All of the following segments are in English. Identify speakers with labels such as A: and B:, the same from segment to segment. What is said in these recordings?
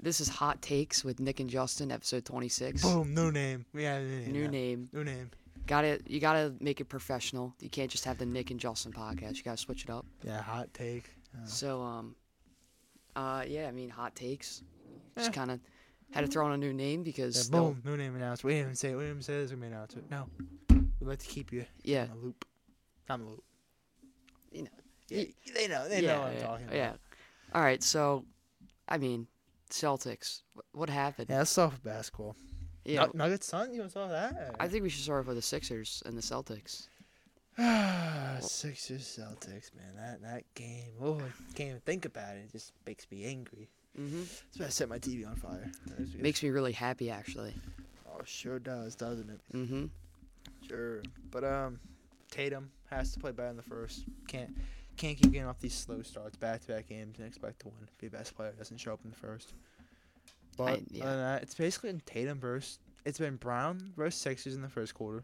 A: This is Hot Takes with Nick and Justin, episode 26.
B: Boom, new name. Yeah, new name.
A: New
B: now.
A: name.
B: New name.
A: Got to You gotta make it professional. You can't just have the Nick and Justin podcast. You gotta switch it up.
B: Yeah, hot take.
A: So, um, uh, yeah, I mean, Hot Takes. Just
B: Eh.
A: kind of had to throw on a new name because
B: Yeah,
A: that w-
B: boom, new name announced. We didn't even say it. We didn't even say this. We made announce it. No, we like to keep you
A: yeah,
B: in a loop. I'm a loop.
A: You know,
B: Yeah,
A: y-
B: they know. They
A: yeah,
B: know what I'm
A: yeah,
B: talking about.
A: yeah. All right, so, I mean, Celtics. Wh- What happened?
B: Yeah, let's talk about basketball.
A: Yeah,
B: Nug- Nuggets, son. You want to talk about that?
A: I think we should start off with the Sixers and the Celtics.
B: Sixers Celtics, man. That that game. Oh, I can't even think about it. It just makes me angry.
A: hmm
B: That's why I set my TV on fire. That was good.
A: Makes me really happy, actually.
B: oh, sure does, doesn't it?
A: hmm
B: Sure. But um, Tatum has to play better in the first. Can't can't keep getting off these slow starts, back to back games, and expect to win. Be the best player doesn't show up in the first. But
A: I-
B: other
A: yeah.
B: than that, it's basically been Tatum versus. It's been Brown versus Sixers in the first quarter.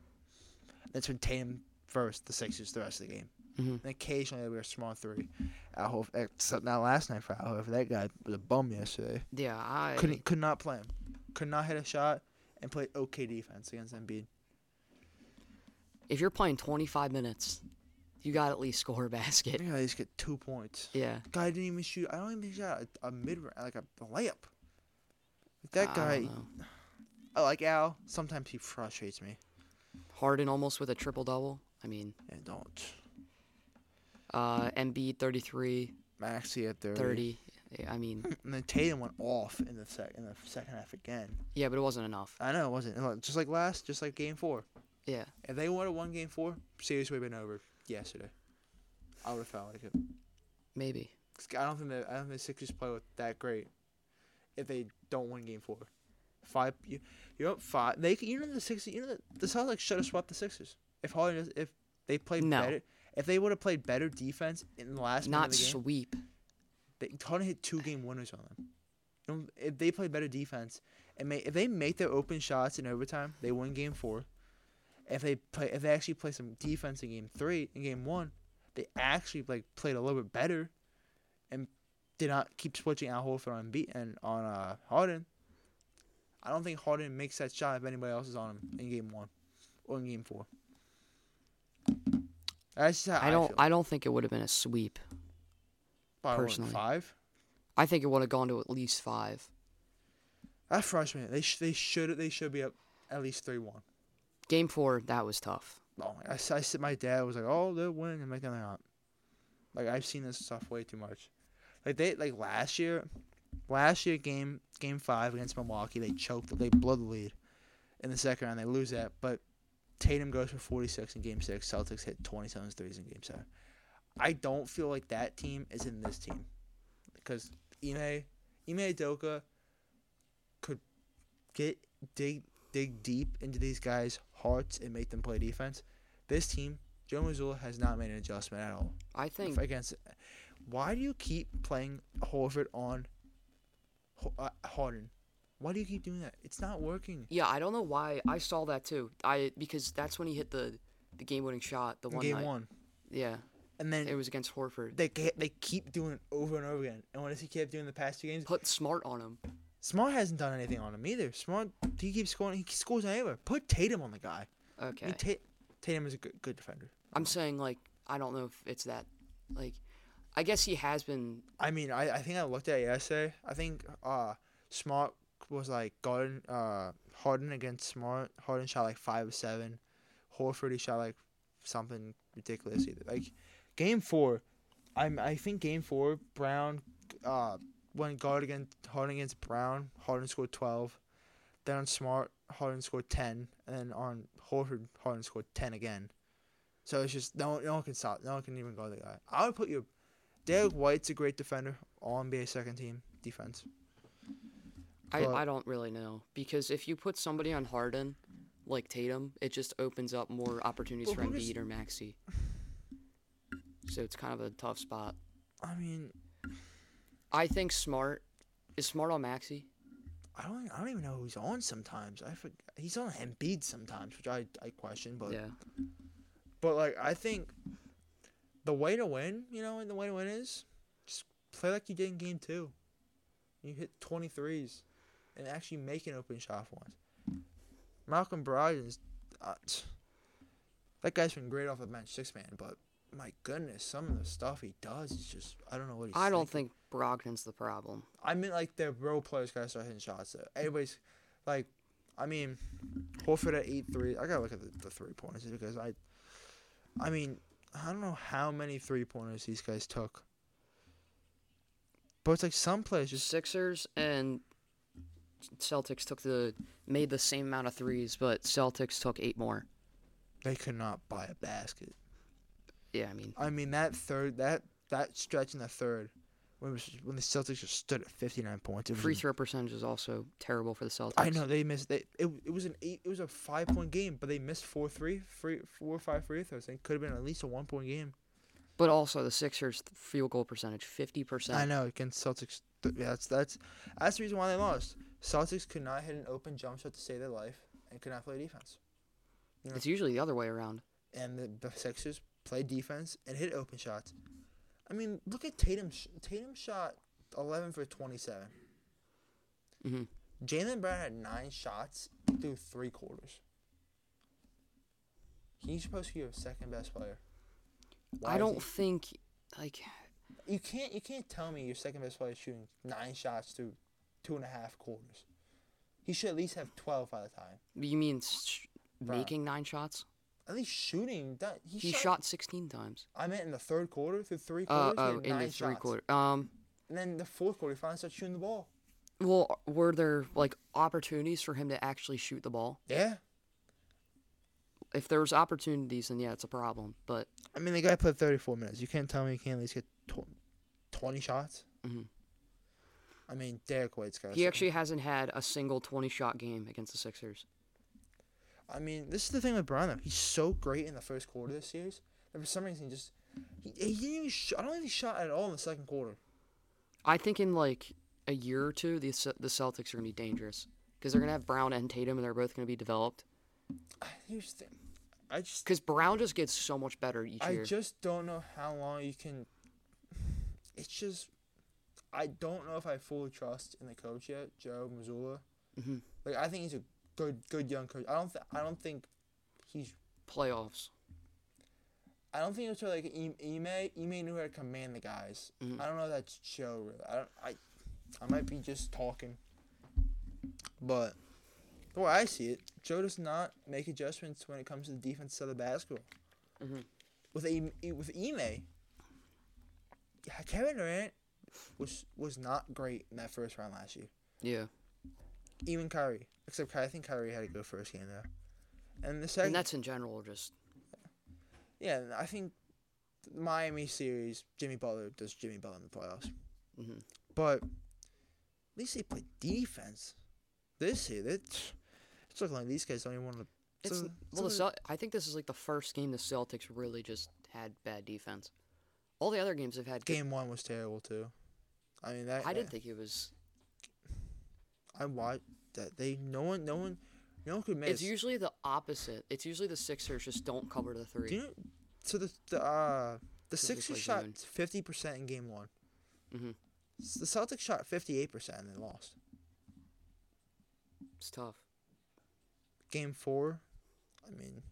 B: That's been Tatum versus the Sixers the rest of the game.
A: Mhm.
B: And occasionally we were small three. I hope except not last night for Al Hofer. That guy was a bum yesterday.
A: Yeah, I
B: Couldn't could not play him. Could not hit a shot and played okay defense against Embiid.
A: if you're playing 25 minutes, you got to at least score a basket.
B: Yeah, he's got two points.
A: Yeah,
B: Guy didn't even shoot. I don't even think he shot a, a mid like a layup. Like that
A: I
B: guy,
A: don't know.
B: I like Al. Sometimes he frustrates me.
A: Harden almost with a triple double. I mean,
B: And don't
A: uh, MB 33,
B: Maxi at 30.
A: 30. Yeah, I mean,
B: And then Tatum went off in the sec in the second half again.
A: yeah, but it wasn't enough.
B: I know it wasn't and like- just like last, just like game four.
A: Yeah,
B: If they would have won game four, series would have been over yesterday. I would have felt like it.
A: maybe.
B: 'Cause I don't think the I don't think the Sixers play with that great. If they don't win Game Four, five you you're up five. They can- you know the Sixers you know the, the Celtics should have swept the Sixers if Harden does- if they played
A: No.
B: better if they would have played better defense in the last minute of
A: Not
B: the game.
A: sweep.
B: They, Harden hit two game winners on them. You know, if they play better defense and may, if they make their open shots in overtime, they win Game Four. If they play if they actually play some defense in Game Three and Game One, they actually like played a little bit better, and did not keep switching Al Horford on beat and on uh, Harden. I don't think Harden makes that shot if anybody else is on him in Game One or in Game Four. That's just how
A: I don't.
B: feel.
A: I don't think it would have been a sweep.
B: Probably what,
A: personally.
B: five.
A: I think it would have gone to at least five.
B: That freshman, they sh- they should they should be up at least three one.
A: Game four, that was tough.
B: Oh, I, s- I said my dad was like, oh, they'll win. I'm like, no, they're not. Like I've seen this stuff way too much. Like they like last year, last year game game five against Milwaukee, they choked. They blew the lead in the second round. They lose that, but Tatum goes for 46 in game six. Celtics hit 27 threes in game seven. I don't feel like that team is in this team because Ime Ime Adoka could get dig dig deep into these guys' hearts and make them play defense. This team, Joe Mazzulla has not made an adjustment at all
A: I think
B: against. Why do you keep playing Horford on Ho- uh, Harden? Why do you keep doing that? It's not working.
A: Yeah, I don't know why I saw that too. I because that's when he hit the the game winning shot the
B: in
A: one
B: game
A: night.
B: one,
A: Yeah,
B: and then
A: it was against Horford.
B: they ca- they keep doing it over and over again. And what does he keep doing the past two games?
A: Put Smart on him.
B: Smart hasn't done anything on him either. Smart he keeps scoring. He scores anywhere. Put Tatum on the guy. I
A: Okay,
B: mean, Ta- Tatum is a good, good defender.
A: I'm saying like I don't know if it's that. Like, I guess he has been.
B: I mean, I, I think I looked at it yesterday. I think uh Smart was like Garden uh Harden against Smart. Harden shot like five or seven. Horford he shot like something ridiculous either. Like game four, I'm I think game four Brown uh when guard against Harden against Brown, Harden scored twelve. Then on Smart, Harden scored ten, and then on Horford, Harden scored ten again. So it's just no, no one can stop. No one can even guard the guy. I would put your Derek
A: Mm-hmm.
B: White's a great defender. All NBA second team defense.
A: I,
B: But-
A: I don't really know because if you put somebody on Harden, like Tatum, it just opens up more opportunities
B: But
A: for
B: who does-
A: Embiid or Maxi. So it's kind of a tough spot.
B: I mean,
A: I think Smart is Smart on Maxi.
B: I don't, e, I don't even know who's on sometimes. I forg he's on Embiid sometimes, which I, I question. But
A: Yeah,
B: but like I think the way to win, you know, and the way to win is just play like you did in game two. You hit 23s and actually make an open shot for once. Malcolm Brogdon is. Uh, t- that guy's been great off the bench, six man, but my goodness, some of the stuff he does is just. I don't know what he's
A: I don't
B: thinking.
A: think Brogdon's the problem.
B: I meant like the role players gotta start hitting shots. Though. Anyways, like, I mean, Horford at eight three. I gotta look at the, the three pointers because I, I mean, I don't know how many three pointers these guys took. But it's like some players just
A: Sixers and Celtics took the made the same amount of threes, but Celtics took eight more.
B: they could not buy a basket.
A: Yeah, I mean,
B: I mean that third that that stretch in the third, when it was, when the Celtics just stood at fifty nine points. It was
A: free throw percentage is also terrible for the Celtics.
B: Mm-hmm. I know they missed. They, it it was an eight. It was a five point game, but they missed four three, three four or five free throws. It could have been at least a one point game.
A: But also the Sixers field goal percentage, fifty
B: I
A: percent.
B: know against Celtics. Th- yeah, that's that's that's the reason why they lost. Celtics could not hit an open jump shot to save their life and could not play defense.
A: It's usually the other way around.
B: And the, the Sixers played defense and hit open shots. I mean, look at Tatum. sh- Tatum shot eleven for twenty seven.
A: Mhm.
B: Jalen Brown had nine shots through three quarters. He's supposed to be your second best player. Why
A: I
B: is
A: don't think like
B: he- you can't. You can't tell me your second best player is shooting nine shots through two and a half quarters. He should at least have twelve by the time.
A: you mean sh-
B: Bruh.
A: making nine shots.
B: At least shooting. That he,
A: He shot sixteen times.
B: I meant in the third quarter through three quarters.
A: Uh,
B: he
A: oh,
B: had
A: in the
B: nine
A: three
B: shots.
A: quarter. Um,
B: And then the fourth quarter, he finally started shooting the ball.
A: well, were there like opportunities for him to actually shoot the ball?
B: Yeah.
A: If there was opportunities, then yeah, it's a problem. But
B: I mean, the guy played 34 minutes. You can't tell me he can't at least get tw- 20 shots.
A: Mhm.
B: I mean, Derek White's got.
A: He actually hasn't had a single 20 shot game against the Sixers.
B: I mean, this is the thing with Brown though. He's so great in the first quarter this series that for some reason he just he, he didn't even sh- I don't think he shot at all in the second quarter.
A: I think in like a year or two, the Ce- the Celtics are going to be dangerous because they're going to have Brown and Tatum, and they're both going to be developed.
B: I, here's the thing. I just
A: Because Brown just gets so much better each
B: I
A: year.
B: just don't know how long you can. It's just I don't know if I fully trust in the coach yet, Joe Missoula.
A: Mhm.
B: Like I think he's a good good young coach. I don't th- I don't think he's
A: Playoffs.
B: I don't think it's really like E- Ime. Ime knew how to command the guys.
A: Mhm.
B: I don't know if that's Joe. Really. I don't. I, I might be just talking. But the way I see it, Joe does not make adjustments when it comes to the defense side of the basketball.
A: Mhm.
B: With a with Ime, yeah, Kevin Durant was was not great in that first round last year.
A: Yeah,
B: Even Kyrie, except Ky- I think Kyrie had a good first game though. And the second,
A: and that's in general just
B: Yeah, and I think the Miami series, Jimmy Butler does Jimmy Butler in the playoffs.
A: Mhm.
B: But at least they play defense. This year, they- it's looking like these guys don't even want to.
A: it's well. The Cel- I think this is like the first game the Celtics really just had bad defense. All the other games have had.
B: game one was terrible too. I mean that.
A: I didn't think it was.
B: I watched that. They no one, no one, no one could miss.
A: It's usually the opposite. It's usually the Sixers just don't cover the three.
B: Do you know, so the the uh the
A: This is
B: Sixers
A: like
B: shot
A: June.
B: fifty percent in game one.
A: Mhm.
B: S- The Celtics shot fifty eight percent and they lost.
A: It's tough.
B: game four, I mean,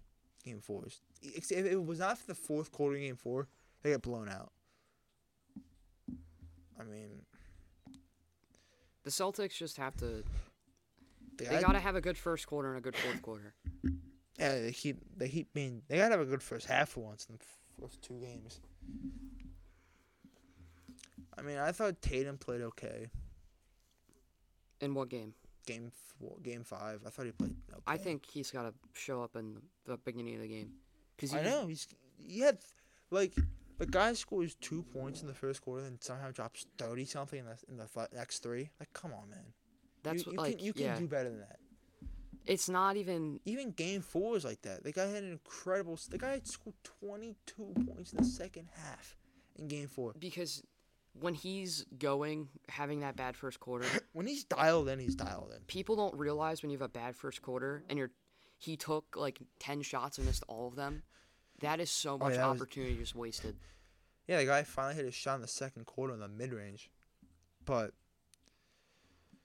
B: game four is. If if it was not for the fourth quarter in game four, they got blown out. I mean,
A: The Celtics just have to
B: they,
A: They
B: gotta,
A: gotta have a good first quarter and a good fourth quarter.
B: yeah, they keep they keep being they gotta have a good first half for once in the first two games. I mean, I thought Tatum played okay.
A: In what game?
B: Game four, game five, I thought he played. Okay.
A: I think he's gotta show up in the beginning of the game. Cause
B: I
A: he-
B: know he's he had like the guy scores two points in the first quarter, and somehow drops thirty something in the in the fi- next three. Like, come on, man.
A: That's
B: you,
A: what,
B: you
A: like
B: can, you can
A: yeah.
B: do better than that.
A: It's not even
B: Even game four is like that. The guy had an incredible. s- The guy had scored 22 points in the second half in game four.
A: because when he's going having that bad first quarter,
B: When he's dialed in, he's dialed in.
A: people don't realize when you have a bad first quarter and you're he took like ten shots and missed all of them. That is so
B: Oh,
A: much
B: yeah, that was-
A: opportunity just wasted.
B: Yeah, the guy finally hit his shot in the second quarter in the mid range, but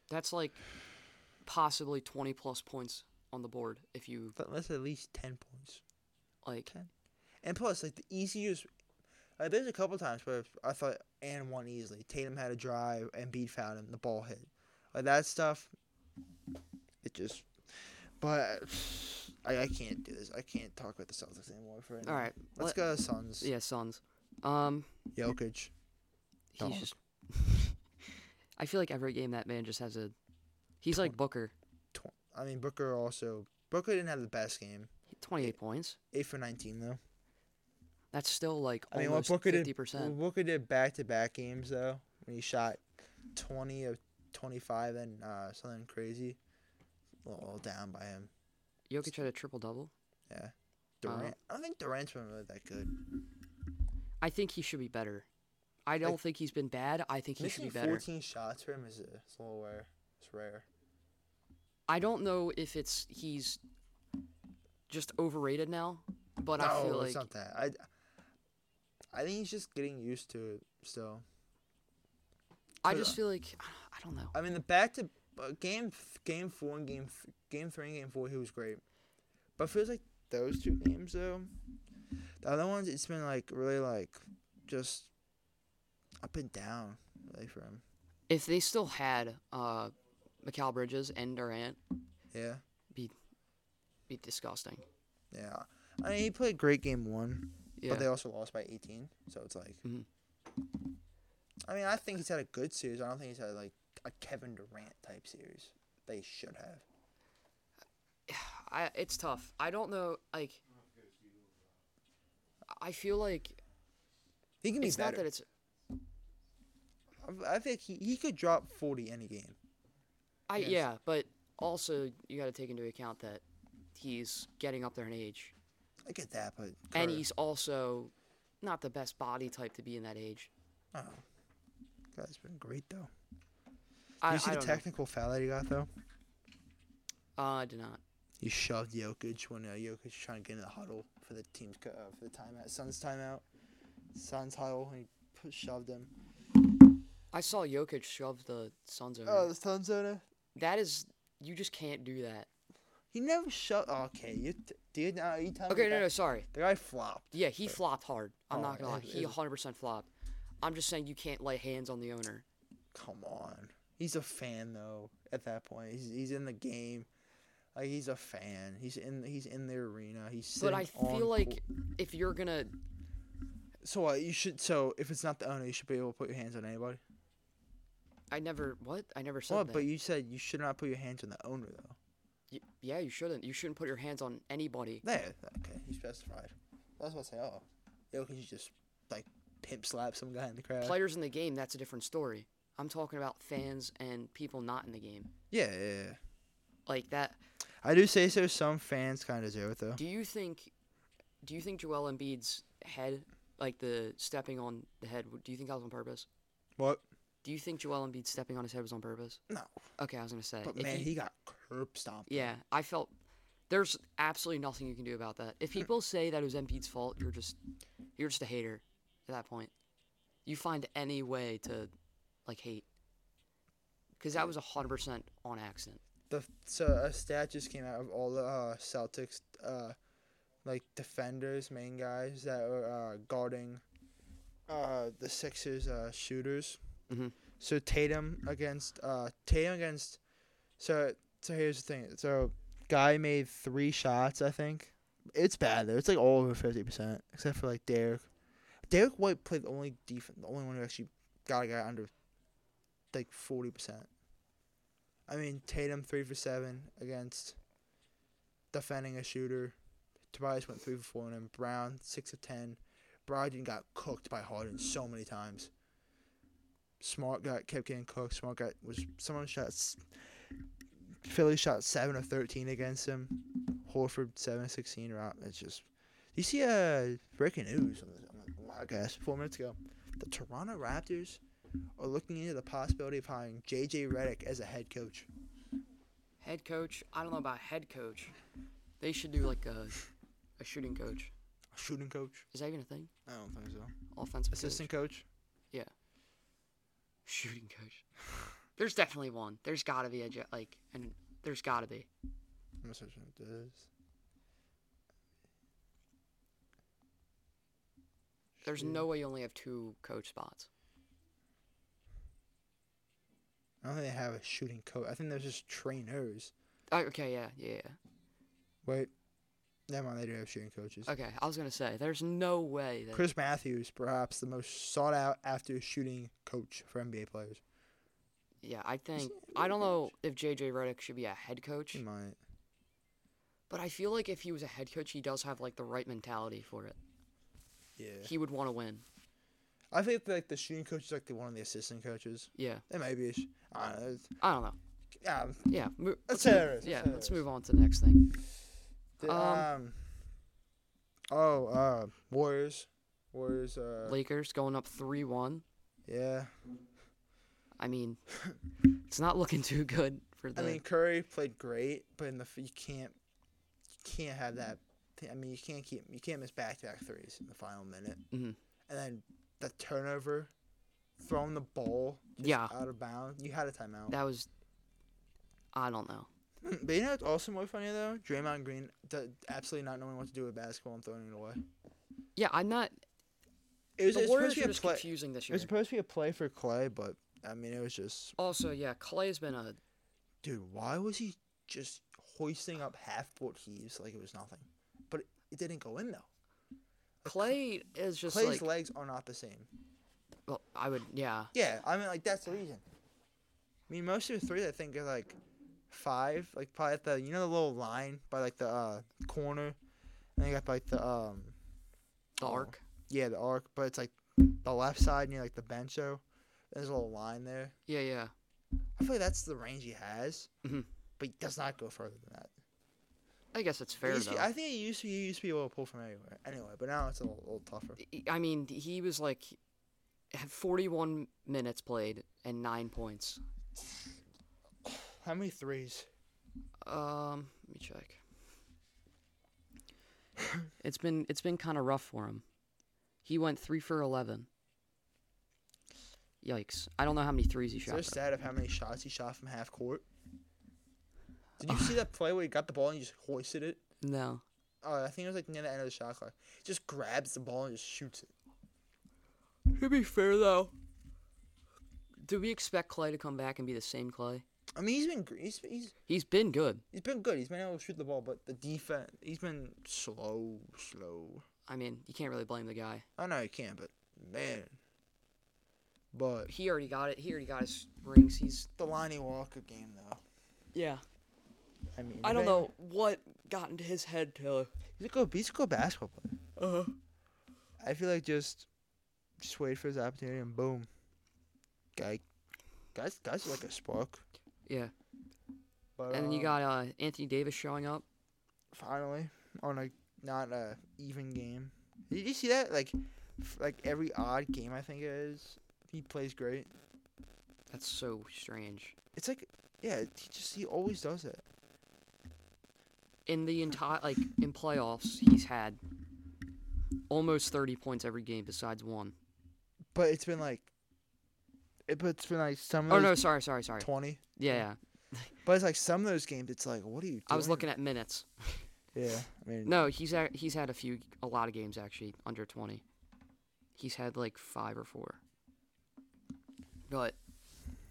A: That's like possibly 20 plus points on the board if you
B: But that's at least ten points.
A: like.
B: And plus, like the easiest, like there's a couple times where I thought and won easily. Tatum had a drive and beat fouled him. The ball hit. Like that stuff. It just. But I, I can't do this. I can't talk about the Celtics anymore. For
A: All right.
B: Let's
A: let-
B: go to Suns.
A: Yeah, Suns. Um,
B: Jokic.
A: he's
B: Dog.
A: just. I feel like every game that man just has a. He's like Booker,
B: Tw- I mean Booker also. Booker didn't have the best game.
A: 28 points.
B: Eight for nineteen though.
A: That's still like
B: I mean, what
A: almost
B: Booker did,
A: 50%.
B: what Booker did back-to-back games though, when he shot twenty of twenty-five and uh, something crazy, a little down by him.
A: Jokic had a triple double. Uh-huh.
B: Durant, I don't think Durant's been really that good.
A: I think he should be better. I don't think he's been bad. I think he
B: Missing
A: should be better.
B: fourteen shots for him is a, it's a little rare. It's rare.
A: I don't know if it's he's just overrated now, but
B: no,
A: I feel
B: it's
A: like
B: not that. I, I think he's just getting used to it still.
A: I
B: Could-
A: just feel like I don't know.
B: I mean, the back to uh, game f- game four and game f- game three and game four, he was great. But it feels like those two games though, the other ones, it's been like really like just up and down really for him.
A: If they still had uh Mikal Bridges and Durant,
B: Yeah,
A: it'd be disgusting.
B: yeah. I mean, he played great game one,
A: Yeah.
B: but they also lost by eighteen. So it's like,
A: Mhm.
B: I mean, I think he's had a good series. I don't think he's had like a Kevin Durant type series. They should have.
A: I it's tough. I don't know like I feel like
B: He can be
A: it's
B: better.
A: not that it's
B: I I think he, he could drop forty any game.
A: I
B: Yes.
A: yeah, but also you got to take into account that he's getting up there in age
B: I get that, but
A: and
B: Carter-
A: he's also not the best body type to be in that age.
B: Oh. Guy's been great though.
A: I,
B: you see
A: I
B: the
A: don't know.
B: technical foul that he got though?
A: Uh, I did not.
B: He shoved Jokic when uh, Jokic was trying to get in the huddle for the team's co- uh, for the timeout, Suns timeout, Suns huddle. And he pu- shoved him.
A: I saw Jokic shove the Suns over.
B: Oh, the Suns owner.
A: that is, you just can't do that.
B: He never shoved. Oh, okay, you t- dude. Now you tell me.
A: Okay,
B: that-
A: no, no, sorry.
B: The guy flopped.
A: Yeah, he flopped hard. I'm not
B: Oh,
A: gonna lie,
B: it-
A: he
B: it-
A: 100% flopped. I'm just saying you can't lay hands on the owner.
B: Come on. He's a fan though. At that point, he's he's in the game. Like he's a fan. He's in he's in the arena. He's.
A: But I
B: sitting on
A: feel
B: court.
A: like if you're gonna,
B: So what? You should. So if it's not the owner, you should be able to put your hands on anybody.
A: I never what? I never said
B: Well,
A: that.
B: but you said you should not put your hands on the owner, though.
A: Y- yeah, you shouldn't. You shouldn't put your hands on anybody.
B: There. Okay, you specified. I was about to say, oh, yo, could you just like pimp slap some guy in the crowd?
A: Players in the game, that's a different story. I'm talking about fans and people not in the game.
B: yeah, yeah, yeah.
A: Like that.
B: I do say so. Some fans kind of deserve it, though.
A: Do you think? Do you think Joel Embiid's head, like the stepping on the head, do you think that was on purpose?
B: What?
A: Do you think Joel Embiid stepping on his head was on purpose?
B: No.
A: Okay, I was gonna say.
B: But
A: if
B: man,
A: he-
B: he, got curb stomped.
A: yeah, I felt there's absolutely nothing you can do about that. If people say that it was Embiid's fault, you're just you're just a hater at that point. You find any way to like hate because that was hundred percent on accident.
B: The so a stat just came out of all the uh, Celtics, uh, like defenders, main guys that were uh, guarding, uh, the Sixers uh, shooters.
A: Mhm.
B: So Tatum against uh Tatum against so so here's the thing. So guy made three shots, I think. It's bad though. It's like all over fifty percent, except for like Derek. Derek White played the only defense, the only one who actually got a guy under like forty percent. I mean Tatum three for seven against defending a shooter. Tobias went three for four on him. Brown six of ten. Brogdon got cooked by Harden so many times. Smart got kept getting cooked. Smart got was someone shot. s- Philly shot seven of thirteen against him. Horford seven of sixteen. Rob, it's just. You see, uh, breaking news on the, on the podcast four minutes ago. The Toronto Raptors are looking into the possibility of hiring J.J. Redick as a head coach.
A: Head coach, I don't know about head coach. They should do like a a shooting coach.
B: Shooting coach?
A: Is that even a thing?
B: I don't think so.
A: Offensive
B: Assistant coach?
A: coach? shooting coach. There's definitely one. There's gotta be a jet like, and there's gotta be.
B: I'm gonna search up this.
A: There's no way you only have two coach spots.
B: I don't think they have a shooting coach. I think they're just trainers.
A: Oh, okay, yeah, yeah, yeah.
B: Wait, never mind. They do have shooting coaches.
A: Okay, I was gonna say there's no way that
B: Chris Matthews, perhaps the most sought out after shooting coach for NBA players.
A: Yeah, I think
B: he a
A: I don't
B: head Hmm.
A: know if JJ Redick should be a head coach,
B: He might.
A: but I feel like if he was a head coach, he does have like the right mentality for it.
B: Yeah.
A: He would want to win.
B: I think that, like the shooting coach is like the one of the assistant coaches.
A: Yeah,
B: It may be. A sh- I don't know. It's,
A: I don't know.
B: yeah.
A: Yeah, mo-
B: Let's
A: let's
B: say
A: move-
B: there is, let's
A: yeah,
B: say there
A: let's
B: is.
A: move on to the next thing.
B: The,
A: Um,
B: um. Oh, uh, Warriors. Warriors. Uh.
A: Lakers going up three one.
B: Yeah.
A: I mean, it's not looking too good for
B: I
A: the.
B: mean, Curry played great, but in the f- you can't you can't have that. thi- I mean, you can't keep you can't miss back to back threes in the final minute,
A: Mhm.
B: and then the turnover, throwing the ball just
A: Yeah.
B: out of bounds. You had a timeout.
A: Ah. that was. I don't know.
B: but you know what's also more funny though? Draymond Green d- absolutely not knowing what to do with basketball and throwing it away.
A: Yeah, I'm not.
B: It was,
A: The
B: it was supposed
A: Warriors
B: to be
A: are
B: a
A: just
B: play.
A: confusing this
B: It
A: year.
B: was supposed to be a play for Clay, but I mean, it was just
A: Also, yeah, Clay has been a.
B: dude. Why was he just hoisting up half court heaves like it was nothing? But it, it didn't go in though.
A: Clay is just
B: Clay's
A: like.
B: legs are not the same.
A: well, I would. Yeah.
B: Yeah, I mean, like that's the reason. I mean, most of the three I think are like five, like probably at the you know the little line by like the uh, corner, and they got like the um
A: The
B: Oh.
A: arc.
B: yeah the arc, but it's like the left side near like the bench though. There's a little line there.
A: Yeah, yeah.
B: I feel like that's the range he has,
A: Mhm.
B: but he does not go further than that.
A: I guess it's
B: He
A: fair
B: used to
A: though.
B: be- I think he used to he used to be able to pull from anywhere anyway, but now it's a little, little tougher.
A: I- I mean, he was like, had 41 minutes played and nine points.
B: How many threes?
A: Um, let me check. it's been it's been kind of rough for him. He went three for 11. Yikes! I don't know how many threes he
B: Is there a
A: shot. though.
B: stat of how many shots he shot from half court? Did you see that play where he got the ball and he just hoisted it?
A: No.
B: Oh, I think it was like near the end of the shot clock. Just grabs the ball and just shoots it.
A: To be fair though, do we expect Clay to come back and be the same Clay?
B: I mean, he's been gr- he's he's,
A: He's been good.
B: he's been good. He's been able to shoot the ball, but the defense he's been slow, slow.
A: I mean, you can't really blame the guy.
B: I know he can, but man, but
A: He already got it. He already got his rings. He's
B: the Lonnie Walker game though.
A: yeah.
B: I mean,
A: I don't
B: man,
A: know what got into his head to.
B: He's a good he's a good basketball player.
A: Uh,
B: I feel like just just wait for his opportunity and boom, guy, guys, guys like a spark.
A: yeah,
B: But,
A: and then you
B: um,
A: got uh, Anthony Davis showing up.
B: finally on a not a even game. Did you see that? Like, f- like every odd game, I think it is. He plays great.
A: That's so strange.
B: It's like, yeah, he just he always does it.
A: In the entire like in playoffs, he's had almost 30 points every game besides one.
B: But it's been like, it, but it's been like some of
A: Oh
B: those
A: no, sorry, sorry, sorry.
B: twenty.
A: Yeah, yeah.
B: But it's like some of those games. It's like, what are you? Doing?
A: I was looking at minutes.
B: Yeah, I mean,
A: No, he's had, he's had a few a lot of games actually under 20. He's had like 5 or 4. But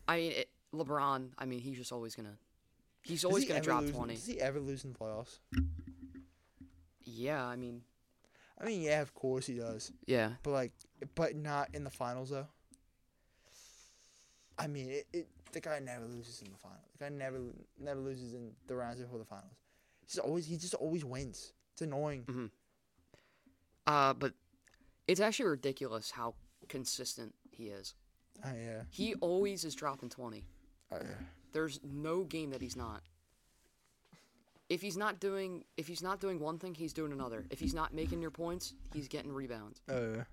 A: I mean, it, LeBron, I mean, he's just always going to he's
B: does
A: always
B: he
A: going to
B: ever
A: drop
B: lose in-
A: 20.
B: Does he ever lose in the playoffs?
A: Yeah, I mean,
B: I mean, yeah, of course he does.
A: yeah.
B: But like, but not in the finals though. I mean, it, it the guy never loses in the final. The guy never never loses in the rounds before the finals. He's always he just always wins. It's annoying.
A: Uh but it's actually ridiculous how consistent he is.
B: Oh yeah.
A: He always is dropping 20.
B: Oh, yeah.
A: There's no game that he's not. If he's not doing if he's not doing one thing, he's doing another. If he's not making your points, he's getting rebounds.
B: Oh, yeah.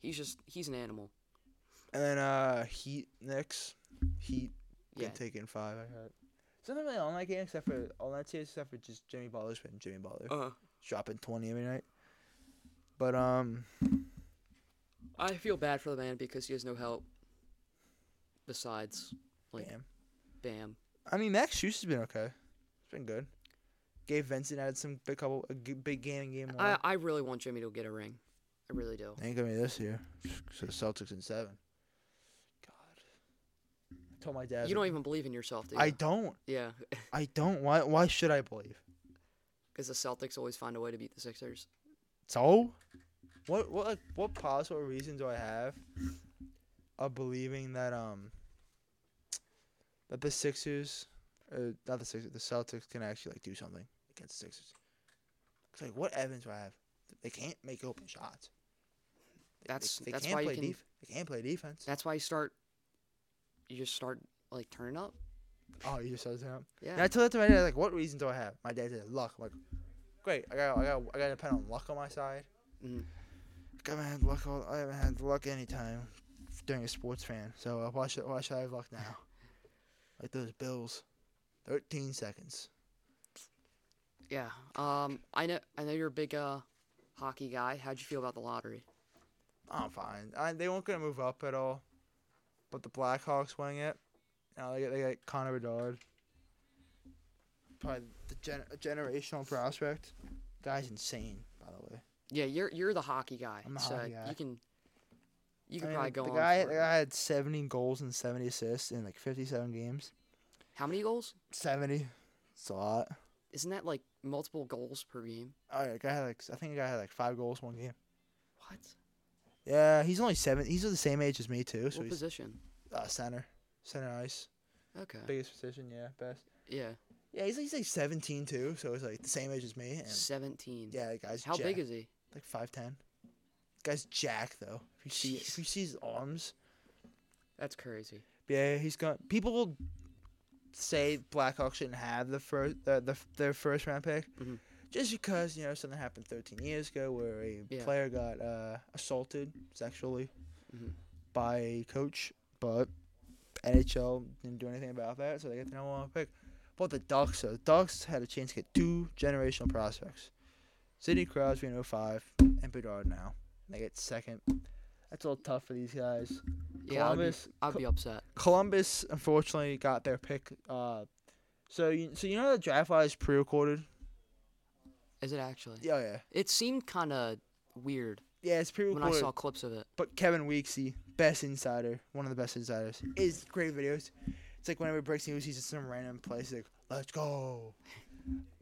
A: He's just he's an animal.
B: And then uh Heat next. Heat
A: Yeah.
B: get taken five. I heard. Something really on that game except for all that series except for just Jimmy Butler's been Jimmy Butler
A: Uh,
B: dropping twenty every night. But um
A: I feel bad for the man because he has no help besides Like
B: Bam.
A: Bam.
B: I mean, Max Schuster's been okay. It's been good. Gabe Vincent added some big couple a g- big game in game one.
A: I, I really want Jimmy to get a ring. I really do.
B: Ain't gonna be this year. So Celtics in seven. God. I told my dad. I was
A: You don't
B: like,
A: even believe in yourself, do you?
B: I don't.
A: yeah,
B: I don't. Why? Why should I believe?
A: because the Celtics always find a way to beat the Sixers.
B: So, what? What? Like, what possible reason do I have of believing that um that the Sixers, uh, not the Sixers, the Celtics can actually like do something against the Sixers? 'Cause, like, what evidence do I have? They can't make open shots. They- they-
A: That's-
B: they,
A: that's
B: can't
A: why you
B: play
A: can-
B: def- They can't play defense.
A: That's why you start. You just start like turning up.
B: Oh, you just said that.
A: Yeah.
B: And I told that to my dad, like, what reason do I have? My dad said, luck. I'm like, great. I got, I got, I got to depend on luck on my side.
A: Mhm.
B: Like, I haven't had luck. All, I haven't had luck any time during a sports fan. So uh, why should, why should I have luck now? Like those Bills, thirteen seconds.
A: yeah. Um. I know. I know you're a big uh, hockey guy. How'd you feel about the lottery?
B: I'm fine. I, they weren't gonna move up at all, but the Blackhawks winning it. Now they get, they get Connor Bedard, probably the gen- a generational prospect. Guy's insane, by the way.
A: Yeah, you're you're the hockey guy.
B: I'm the
A: so
B: hockey guy.
A: you can. You
B: I
A: could
B: mean,
A: probably
B: the-
A: go
B: the
A: on.
B: Guy,
A: for-
B: the guy had 70 goals and 70 assists in like 57 games.
A: How many goals?
B: 70. It's a lot.
A: Isn't that like multiple goals per game?
B: All right, guy had like I think a guy had like five goals one game.
A: What?
B: Yeah, he's only seven. He's the same age as me too, Oh, so
A: what
B: he's
A: position?
B: uh, center, center ice,
A: Okay.
B: biggest position, yeah, best.
A: Yeah.
B: Yeah, he's, he's like 17 too, so he's like the same age as me. And
A: Seventeen.
B: yeah, the guy's
A: How big
B: jacked,
A: is he?
B: like five ten. Guy's Jack though. If you see if you see his arms,
A: That's crazy.
B: Yeah, he's going. People will say Blackhawks shouldn't have the first uh, the their first round pick,
A: Mhm.
B: just because you know something happened 13 years ago where a
A: Yeah.
B: player got uh, assaulted sexually
A: Mhm.
B: by a coach, but NHL didn't do anything about that, so they get the number one pick. But the Ducks, though, the Ducks had a chance to get two generational prospects, Sidney Crosby in 05 and Bedard now. They get second. That's a little tough for these guys.
A: Yeah. I'd be,
B: Columbus-
A: I'd be upset.
B: Columbus unfortunately got their pick. Uh, so you so you know the draft lot is pre-recorded.
A: Is it actually?
B: Yeah, yeah,
A: It seemed kind of weird
B: yeah. It's
A: when I
B: pre-recorded.
A: saw clips of it.
B: But Kevin Weeksy, best insider, one of the best insiders, is great videos. It's like whenever he breaks news, he's just in some random place like, "Let's go,"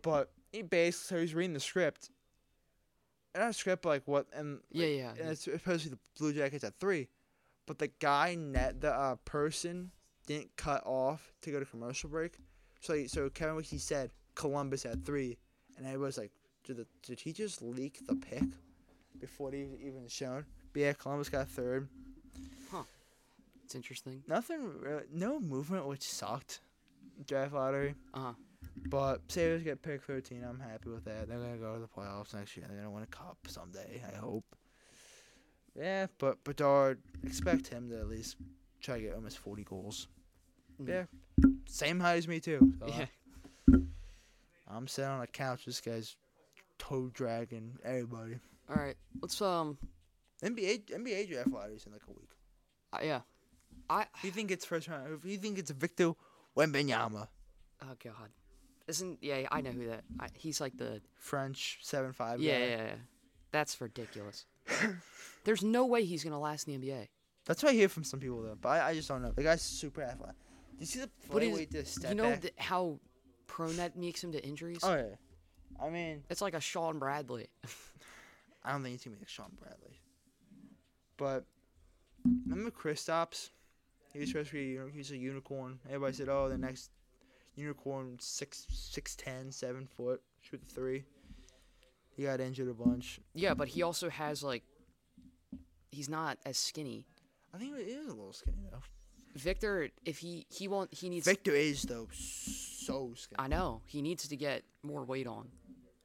B: but he basically so he's reading the script. And not a script, but like what? And like, uh,
A: Yeah, yeah,
B: And
A: yeah.
B: it's supposed to be the Blue Jackets at three, but the guy net the uh, person didn't cut off to go to commercial break. So he- so Kevin Weeksy said Columbus at three, and everybody's like, "Did the did he just leak the pick before it even shown?" But yeah, Columbus got third.
A: It's interesting.
B: Nothing, really, no movement, which sucked. Draft lottery,
A: Uh huh.
B: but Sabres get pick 13. I'm happy with that. They're gonna go to the playoffs next year. They're gonna win a cup someday. I hope. Yeah, but Bedard, expect him to at least try to get almost 40 goals.
A: Mm.
B: Yeah, same height as me too. so
A: yeah.
B: I'm sitting on a couch. This guy's toe dragging everybody.
A: All right. Let's um.
B: NBA NBA draft lottery's in like a week.
A: uh, yeah. I.
B: Who you think it's first round? Who you think it's Victor Wembanyama?
A: Oh God. Isn't yeah? I know who that. I, he's like the.
B: French seven five.
A: Yeah, yeah, yeah. yeah. That's ridiculous. There's no way he's gonna last in the NBA.
B: That's what I hear from some people though, but I, I just don't know. The guy's super athletic. Do you see the
A: But
B: play
A: he's-
B: where he did a step
A: you know
B: back?
A: th- how prone that makes him to injuries.
B: oh yeah. I mean,
A: It's like a Sean Bradley.
B: I don't think it's gonna be like Sean Bradley, but remember Kristaps? He was supposed to be a uni- he's a unicorn. Everybody said, oh, the next unicorn six six ten seven foot shoot the three. He got injured a bunch.
A: yeah, but he also has like. He's not as skinny.
B: I think he is a little skinny though.
A: Victor, if he he won't he needs.
B: Victor is though so skinny.
A: I know he needs to get more weight on.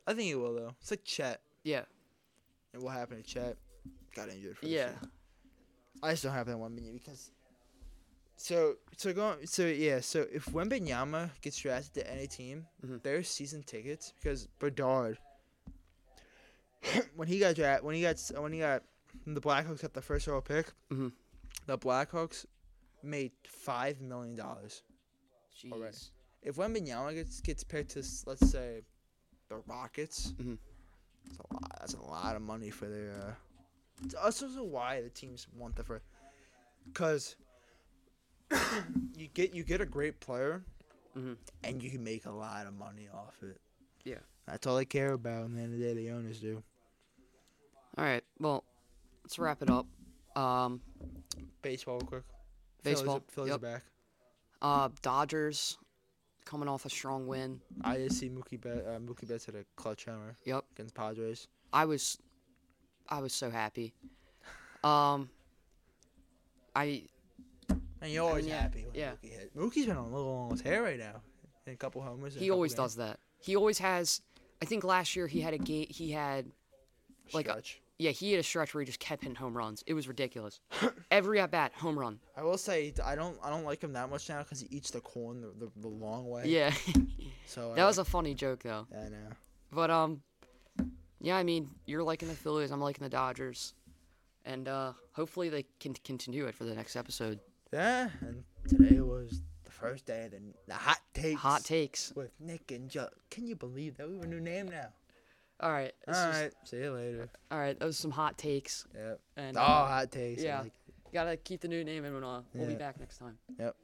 B: I think he will though. It's like Chet.
A: Yeah.
B: And what happened to Chet? Got injured. For this
A: Yeah.
B: year. I just don't have that one minute because. So so going so yeah so if Wembenyama gets drafted to any team,
A: Mhm.
B: their season tickets because Bedard. when he got drafted, when he got s- when he got when the Blackhawks got the first overall pick,
A: Mhm.
B: the Blackhawks made five million dollars.
A: Jeez.
B: Alright. If Wembenyama gets gets paired to s- let's say the Rockets,
A: Mhm.
B: that's a lot. That's a lot of money for their. Uh, it's also so why the teams want the first, because you get you get a great player,
A: Mhm.
B: and you can make a lot of money off it.
A: Yeah.
B: that's all they care about. And the end of the day, the owners do.
A: All right. Well, let's wrap it up. Um,
B: Baseball, real quick.
A: Baseball,
B: Phillies,
A: yep.
B: are back.
A: uh, Dodgers coming off a strong win.
B: I did see Mookie Bet. Uh, Mookie Betts had a clutch hammer
A: Yep.
B: against Padres.
A: I was, I was so happy. Um, I
B: And you're always
A: mean, yeah,
B: happy when
A: yeah.
B: Mookie hit. Mookie's been on a little on his hair right now. And a couple homers. and a
A: he
B: couple
A: always
B: games.
A: does that. He always has. I think last year he had a game. He had like uh, a-
B: Stretch.
A: yeah. He had a stretch where he just kept hitting home runs. It was ridiculous. Every at bat, home run.
B: I will say I don't I don't like him that much now because he eats the corn the, the, the long way.
A: Yeah,
B: So uh,
A: that was a funny joke though.
B: I know.
A: But um, yeah. I mean, you're liking the Phillies. I'm liking the Dodgers, and uh, hopefully they can continue it for the next episode.
B: Yeah, and today was the first day of the, the hot takes.
A: Hot takes.
B: with Nick and Joe. Can you believe that we have a new name now?
A: All right.
B: All
A: this is-
B: right. See you later.
A: All right. Those are some hot takes.
B: Yep.
A: And
B: All
A: uh,
B: hot takes. I
A: yeah.
B: like-
A: Gotta keep the new name in. Uh, we'll be
B: Ah. Yeah.
A: back next time.
B: yep.